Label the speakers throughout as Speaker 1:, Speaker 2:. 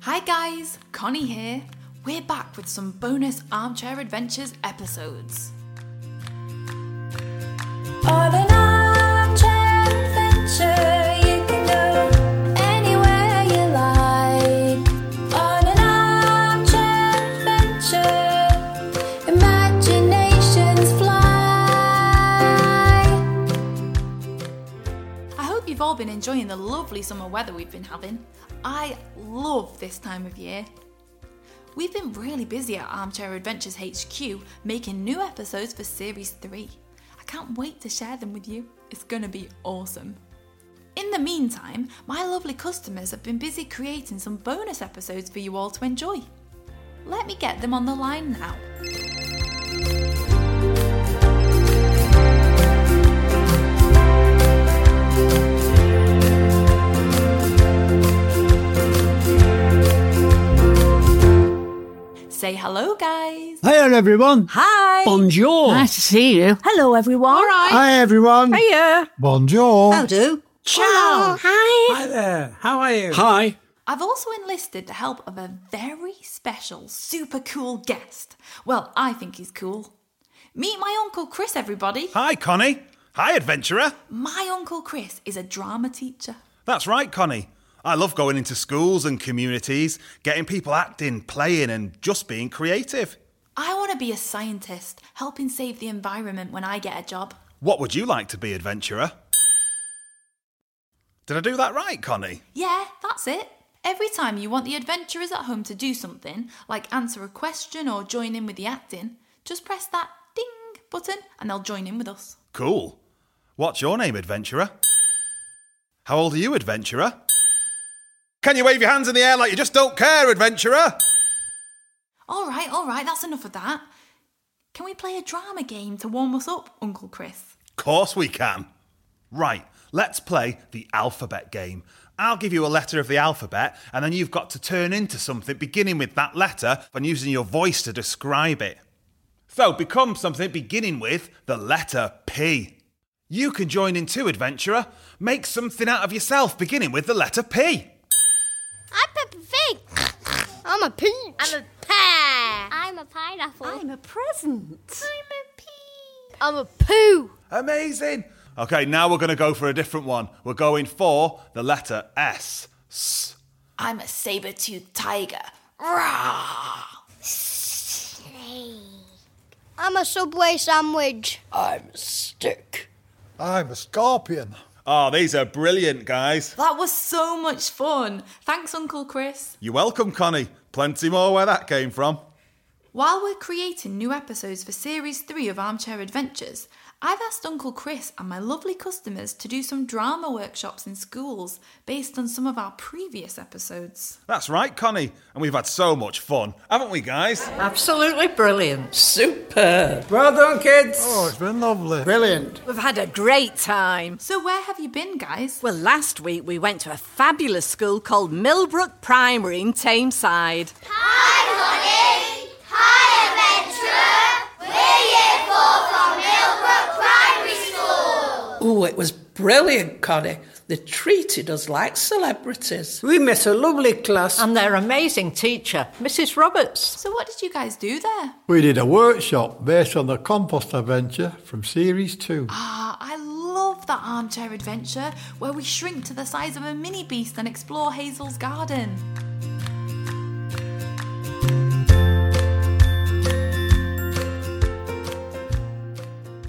Speaker 1: Hi guys, Connie here. We're back with some bonus Armchair Adventures episodes.
Speaker 2: On an armchair adventure, you can go anywhere you like. On an armchair adventure, imaginations fly.
Speaker 1: I hope you've all been enjoying the lovely summer weather we've been having. I love this time of year. We've been really busy at Armchair Adventures HQ making new episodes for Series 3. I can't wait to share them with you. It's going to be awesome. In the meantime, my lovely customers have been busy creating some bonus episodes for you all to enjoy. Let me get them on the line now. Say hello, guys!
Speaker 3: Hello, everyone.
Speaker 4: Hi.
Speaker 3: Bonjour.
Speaker 5: Nice to see you.
Speaker 4: Hello, everyone. All right.
Speaker 3: Hi, everyone.
Speaker 4: Hiya.
Speaker 3: Bonjour.
Speaker 4: I'll do. Ciao. Hi.
Speaker 6: Hi there. How are you?
Speaker 3: Hi.
Speaker 1: I've also enlisted the help of a very special, super cool guest. Well, I think he's cool. Meet my Uncle Chris, everybody.
Speaker 6: Hi, Connie. Hi, adventurer.
Speaker 1: My Uncle Chris is a drama teacher.
Speaker 6: That's right, Connie. I love going into schools and communities, getting people acting, playing, and just being creative.
Speaker 1: I want to be a scientist, helping save the environment when I get a job.
Speaker 6: What would you like to be, adventurer? Did I do that right, Connie?
Speaker 1: Yeah, that's it. Every time you want the adventurers at home to do something, like answer a question or join in with the acting, just press that ding button and they'll join in with us.
Speaker 6: Cool. What's your name, adventurer? How old are you, adventurer? Can you wave your hands in the air like you just don't care, adventurer?
Speaker 1: All right, all right, that's enough of that. Can we play a drama game to warm us up, Uncle Chris?
Speaker 6: Course we can. Right, let's play the alphabet game. I'll give you a letter of the alphabet, and then you've got to turn into something beginning with that letter and using your voice to describe it. So become something beginning with the letter P. You can join in too, adventurer. Make something out of yourself beginning with the letter P.
Speaker 7: I'm Peppa Pig. I'm a peach. I'm a pear. I'm a pineapple.
Speaker 4: I'm a present.
Speaker 7: a pea. I'm a poo.
Speaker 6: Amazing. Okay, now we're going to go for a different one. We're going for the letter S. S.
Speaker 1: I'm a saber-toothed tiger. Rah!
Speaker 7: I'm a Subway sandwich.
Speaker 3: I'm a scorpion.
Speaker 6: Oh, these are brilliant, guys.
Speaker 1: That was so much fun. Thanks, Uncle Chris.
Speaker 6: You're welcome, Connie. Plenty more where that came from.
Speaker 1: While we're creating new episodes for Series 3 of Armchair Adventures, I've asked Uncle Chris and my lovely customers to do some drama workshops in schools based on some of our previous episodes.
Speaker 6: That's right, Connie. And we've had so much fun, haven't we, guys?
Speaker 4: Absolutely brilliant. Super.
Speaker 8: Well done, kids.
Speaker 3: Oh, it's been lovely.
Speaker 5: Brilliant.
Speaker 4: We've had a great time.
Speaker 1: So, where have you been, guys?
Speaker 4: Well, last week we went to a fabulous school called Millbrook Primary in Tameside.
Speaker 7: Hi, honey. Hi, adventurer. We're year four from Millbrook Primary School.
Speaker 9: Oh, it was brilliant, Connie. They treated us like celebrities.
Speaker 8: We met a lovely class.
Speaker 10: and their amazing teacher, Mrs. Roberts.
Speaker 1: So, what did you guys do there?
Speaker 11: We did a workshop based on the compost adventure from series two.
Speaker 1: Ah, I love that armchair adventure where we shrink to the size of a mini beast and explore Hazel's garden.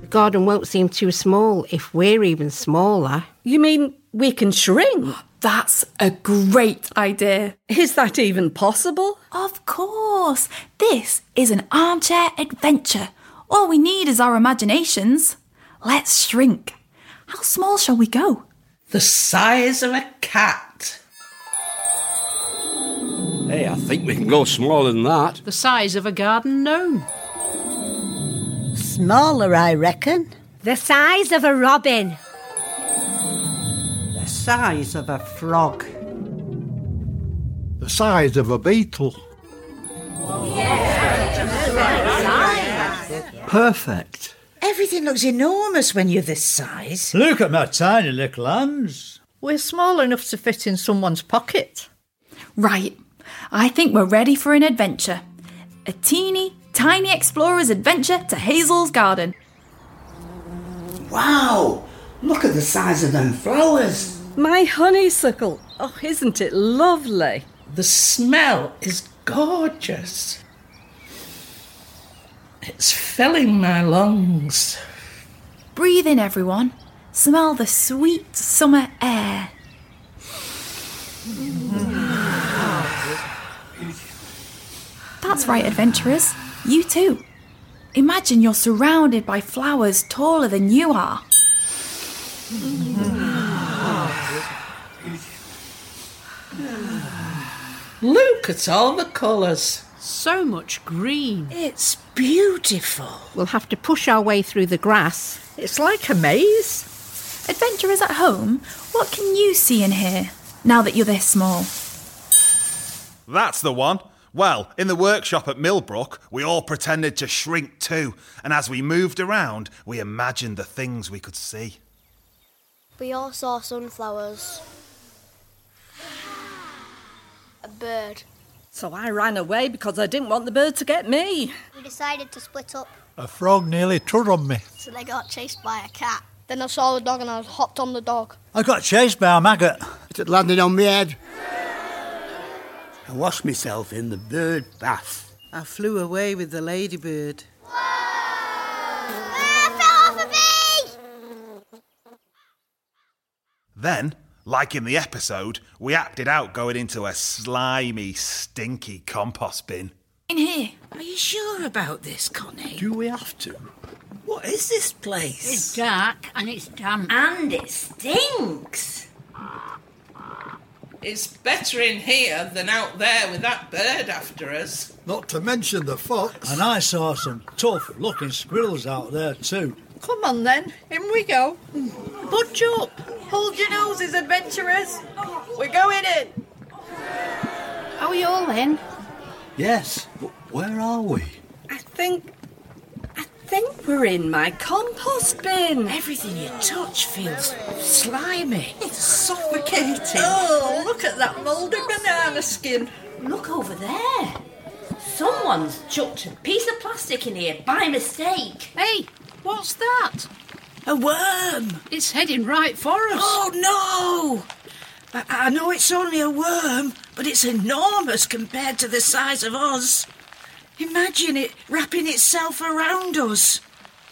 Speaker 12: The garden won't seem too small if we're even smaller.
Speaker 9: You mean we can shrink?
Speaker 13: That's a great idea.
Speaker 9: Is that even possible?
Speaker 1: Of course, this is an armchair adventure. All we need is our imaginations. Let's shrink. How small shall we go?
Speaker 9: The size of a cat.
Speaker 8: Hey, I think we can go smaller than that.
Speaker 10: The size of a garden gnome.
Speaker 4: Smaller, I reckon.
Speaker 12: The size of a robin.
Speaker 9: The size of a frog.
Speaker 11: The size of a beetle. Perfect.
Speaker 9: Everything looks enormous when you're this size.
Speaker 3: Look at my tiny little hands.
Speaker 10: We're small enough to fit in someone's pocket.
Speaker 13: Right.
Speaker 1: I think we're ready for an adventure. A teeny, tiny explorer's adventure to Hazel's garden.
Speaker 5: Wow! Look at the size of them flowers.
Speaker 4: My honeysuckle. Oh, isn't it lovely?
Speaker 9: The smell is gorgeous. It's filling my lungs.
Speaker 1: Breathe in, everyone. Smell the sweet summer air. That's right, adventurers. You too. Imagine you're surrounded by flowers taller than you are.
Speaker 9: Look at all the colours.
Speaker 10: So much green.
Speaker 9: It's beautiful.
Speaker 12: We'll have to push our way through the grass. It's like a maze.
Speaker 1: Adventurers at home, what can you see and hear now that you're this small?
Speaker 6: That's the one. Well, in the workshop at Millbrook, we all pretended to shrink too, and as we moved around, we imagined the things we could see.
Speaker 7: We all saw sunflowers. A bird.
Speaker 4: So I ran away because I didn't want the bird to get me.
Speaker 7: We decided to split up,
Speaker 3: A frog nearly trod on me.
Speaker 7: so they got chased by a cat. Then I saw the dog and I hopped on the dog.
Speaker 3: I got chased by a maggot.
Speaker 5: It landed on my head. I washed myself in the bird bath.
Speaker 14: I flew away with the ladybird.
Speaker 7: Uh,
Speaker 6: Then, like in the episode, we acted out going into a slimy, stinky compost bin.
Speaker 1: In here.
Speaker 14: Are you sure about this, Connie?
Speaker 5: Do we have to? What is this place?
Speaker 14: It's dark and it's damp.
Speaker 9: And
Speaker 14: it stinks.
Speaker 9: It's better in here than out there with that bird after us.
Speaker 15: Not to mention the fox. And I saw some tough looking squirrels out there too.
Speaker 16: Come on then, in we go. Bunch up! Hold your noses, adventurers! We're going in!
Speaker 12: Are we all in?
Speaker 15: Yes, but where are we?
Speaker 4: I think. I think we're in my compost bin.
Speaker 14: Everything you touch feels slimy. It's suffocating.
Speaker 16: Oh, look at that mouldy banana skin! Look over there!
Speaker 17: Someone's chucked a piece of plastic in here by mistake.
Speaker 10: Hey, what's that?
Speaker 14: A worm!
Speaker 10: It's heading right for us.
Speaker 14: Oh no! I, I know it's only a worm, but it's enormous compared to the size of us. Imagine it wrapping itself around us.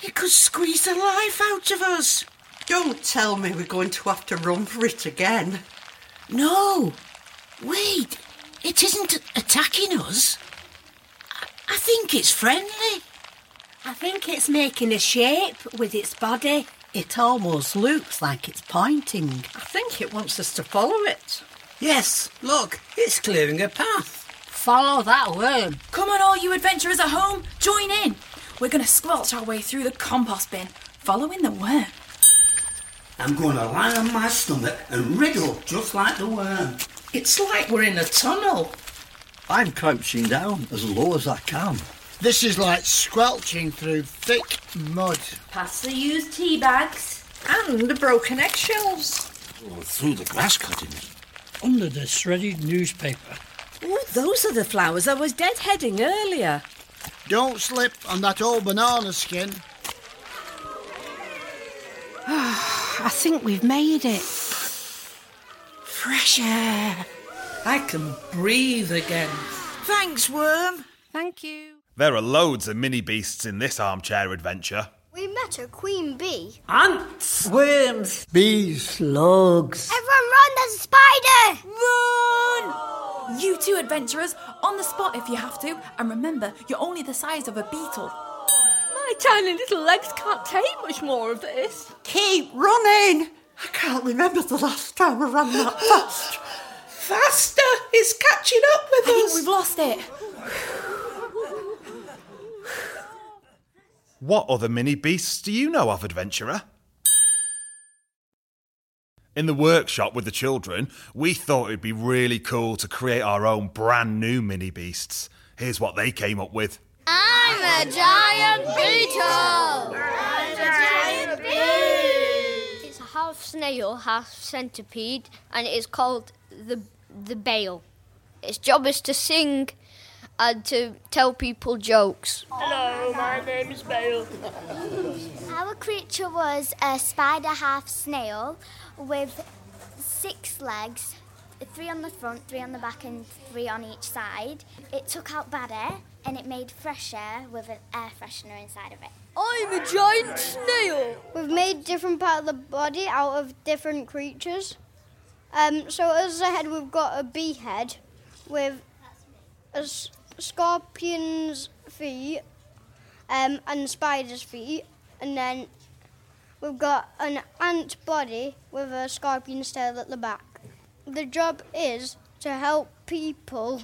Speaker 14: It could squeeze the life out of us.
Speaker 16: Don't tell me we're going to have to run for it again.
Speaker 14: No! Wait, it isn't attacking us. I, I think it's friendly.
Speaker 17: I think it's making a shape with its body.
Speaker 16: It almost looks like it's pointing. I think it wants us to follow it.
Speaker 14: Yes, look, it's clearing a path. Follow that worm.
Speaker 1: Come on, all you adventurers at home, join in. We're going to squelch our way through the compost bin, following the worm.
Speaker 5: I'm going to lie on my stomach and wriggle just like the worm.
Speaker 9: It's like we're in a tunnel.
Speaker 15: I'm crouching down as low as I can.
Speaker 18: This is like squelching through thick mud.
Speaker 17: Past the used tea bags.
Speaker 16: And the broken eggshells.
Speaker 5: through the grass cuttings.
Speaker 18: Under the shredded newspaper.
Speaker 4: Oh, those are the flowers I was deadheading earlier.
Speaker 18: Don't slip on that old banana skin.
Speaker 12: I think we've made it.
Speaker 14: Fresh air.
Speaker 9: I can breathe again.
Speaker 14: Thanks, worm.
Speaker 12: Thank you.
Speaker 6: There are loads of mini beasts in this armchair adventure.
Speaker 7: We met a queen bee.
Speaker 14: Ants. Worms.
Speaker 15: Bees. Slugs.
Speaker 7: Everyone run, there's a spider!
Speaker 1: Run! You two adventurers, on the spot if you have to, and remember, you're only the size of a beetle.
Speaker 13: My tiny little legs can't take much more of this.
Speaker 14: Keep running. I can't remember the last time I ran that fast.
Speaker 9: Faster! It's catching up with
Speaker 1: I think
Speaker 9: us.
Speaker 1: we've lost it.
Speaker 6: What other mini beasts do you know of, adventurer? In the workshop with the children, we thought it'd be really cool to create our own brand new mini beasts. Here's what they came up with.
Speaker 7: I'm a giant beetle! I'm a giant bee! It's a half snail, half centipede, and it is called the the bale. Its job is to sing and to tell people jokes.
Speaker 19: Hello, my name is Bale.
Speaker 20: Our creature was a spider half snail with six legs, three on the front, three on the back, and three on each side. It took out bad air and it made fresh air with an air freshener inside of it.
Speaker 7: I'm a giant snail. We've made different part of the body out of different creatures. Um, so as a head, we've got a bee head with a s- scorpion's feet um, and spider's feet, and then we've got an ant body with a scorpion's tail at the back. The job is to help people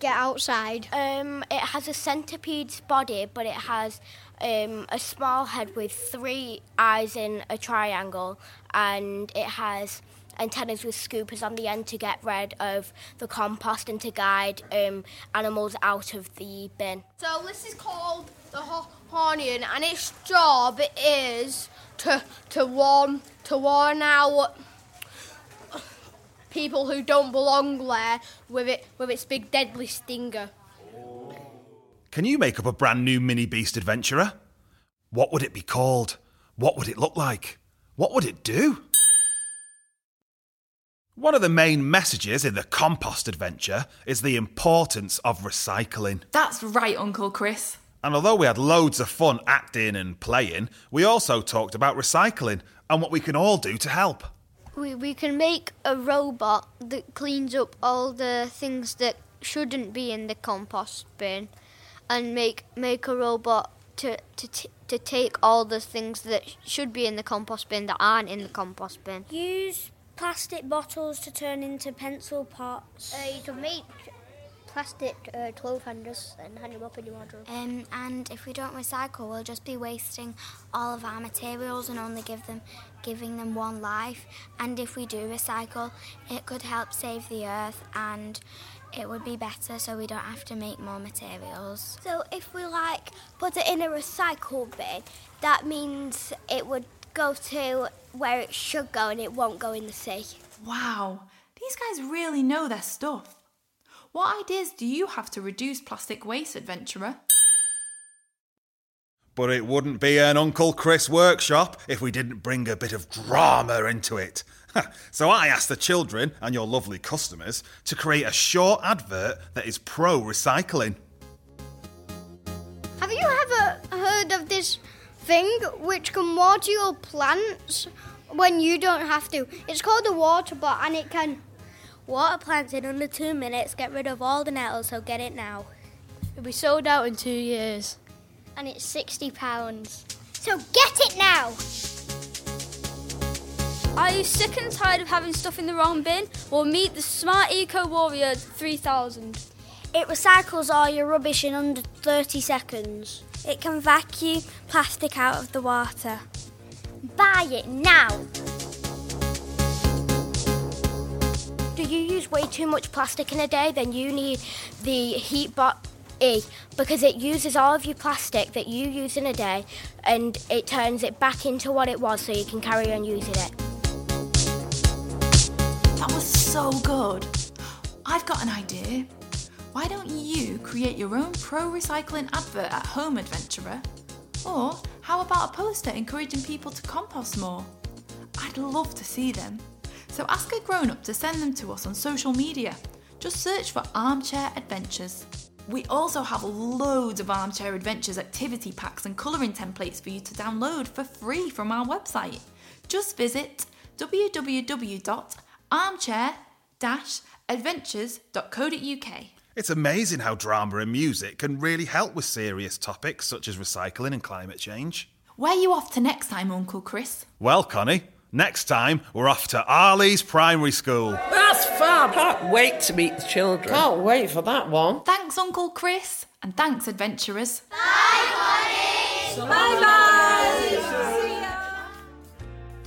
Speaker 7: get outside.
Speaker 19: Um, it has a centipede's body, but it has um, a small head with three eyes in a triangle, and it has antennas with scoopers on the end to get rid of the compost and to guide um, animals out of the bin.
Speaker 7: So this is called the ho- hornion, and its job is to to warn to warn out people who don't belong there with it with its big deadly stinger.
Speaker 6: Can you make up a brand new mini beast adventurer? What would it be called? What would it look like? What would it do? One of the main messages in the compost adventure is the importance of recycling.
Speaker 1: That's right, Uncle Chris.
Speaker 6: And although we had loads of fun acting and playing, we also talked about recycling and what we can all do to help.
Speaker 7: We we can make a robot that cleans up all the things that shouldn't be in the compost bin, and make make a robot to to t- to take all the things that should be in the compost bin that aren't in the compost bin.
Speaker 20: Use plastic bottles to turn into pencil pots.
Speaker 2: Uh, you can make plastic uh, clothes hangers and hang them up in your wardrobe.
Speaker 20: Um, and if we don't recycle, we'll just be wasting all of our materials and only give them, giving them one life. And if we do recycle, it could help save the earth and it would be better so we don't have to make more materials.
Speaker 2: So if we like put it in a recycle bin, that means it would go to where it should go and it won't go in the sea.
Speaker 1: Wow, these guys really know their stuff. What ideas do you have to reduce plastic waste, adventurer?
Speaker 6: But it wouldn't be an Uncle Chris workshop if we didn't bring a bit of drama into it. so I asked the children and your lovely customers to create a short advert that is pro recycling.
Speaker 7: Have you ever heard of this thing which can water your plants when you don't have to? It's called a water bot and it can.
Speaker 2: Water plants in under two minutes, get rid of all the nettles, so get it now.
Speaker 19: It'll be sold out in two years.
Speaker 2: And it's £60. So get it now!
Speaker 19: Are you sick and tired of having stuff in the wrong bin? Well, meet the Smart Eco Warrior 3000.
Speaker 2: It recycles all your rubbish in under 30 seconds. It can vacuum plastic out of the water. Buy it now!
Speaker 19: Do you use way too much plastic in a day? Then you need the heat bot E because it uses all of your plastic that you use in a day and it turns it back into what it was so you can carry on using it.
Speaker 1: That was so good. I've got an idea. Why don't you create your own pro recycling advert at home, adventurer? Or how about a poster encouraging people to compost more? I'd love to see them. So ask a grown up to send them to us on social media. Just search for Armchair Adventures. We also have loads of Armchair Adventures activity packs and colouring templates for you to download for free from our website. Just visit www.armchair-adventures.co.uk.
Speaker 6: It's amazing how drama and music can really help with serious topics such as recycling and climate change.
Speaker 1: Where you off to next time, Uncle Chris?
Speaker 6: Well, Connie, next time we're off to Arley's Primary School.
Speaker 9: That's fab. Can't wait to meet the children. Can't wait for that one.
Speaker 1: Thanks, Uncle Chris, and thanks, adventurers.
Speaker 7: Bye bye.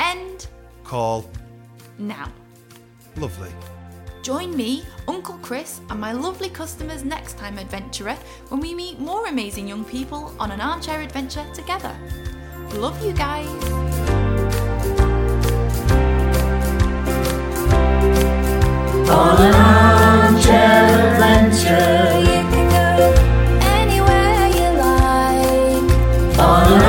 Speaker 1: End
Speaker 6: Call.
Speaker 1: now.
Speaker 6: Lovely.
Speaker 1: Join me, Uncle Chris, and my lovely customers next time, adventurer, when we meet more amazing young people on an armchair adventure together. Love you guys.
Speaker 2: On an armchair
Speaker 21: All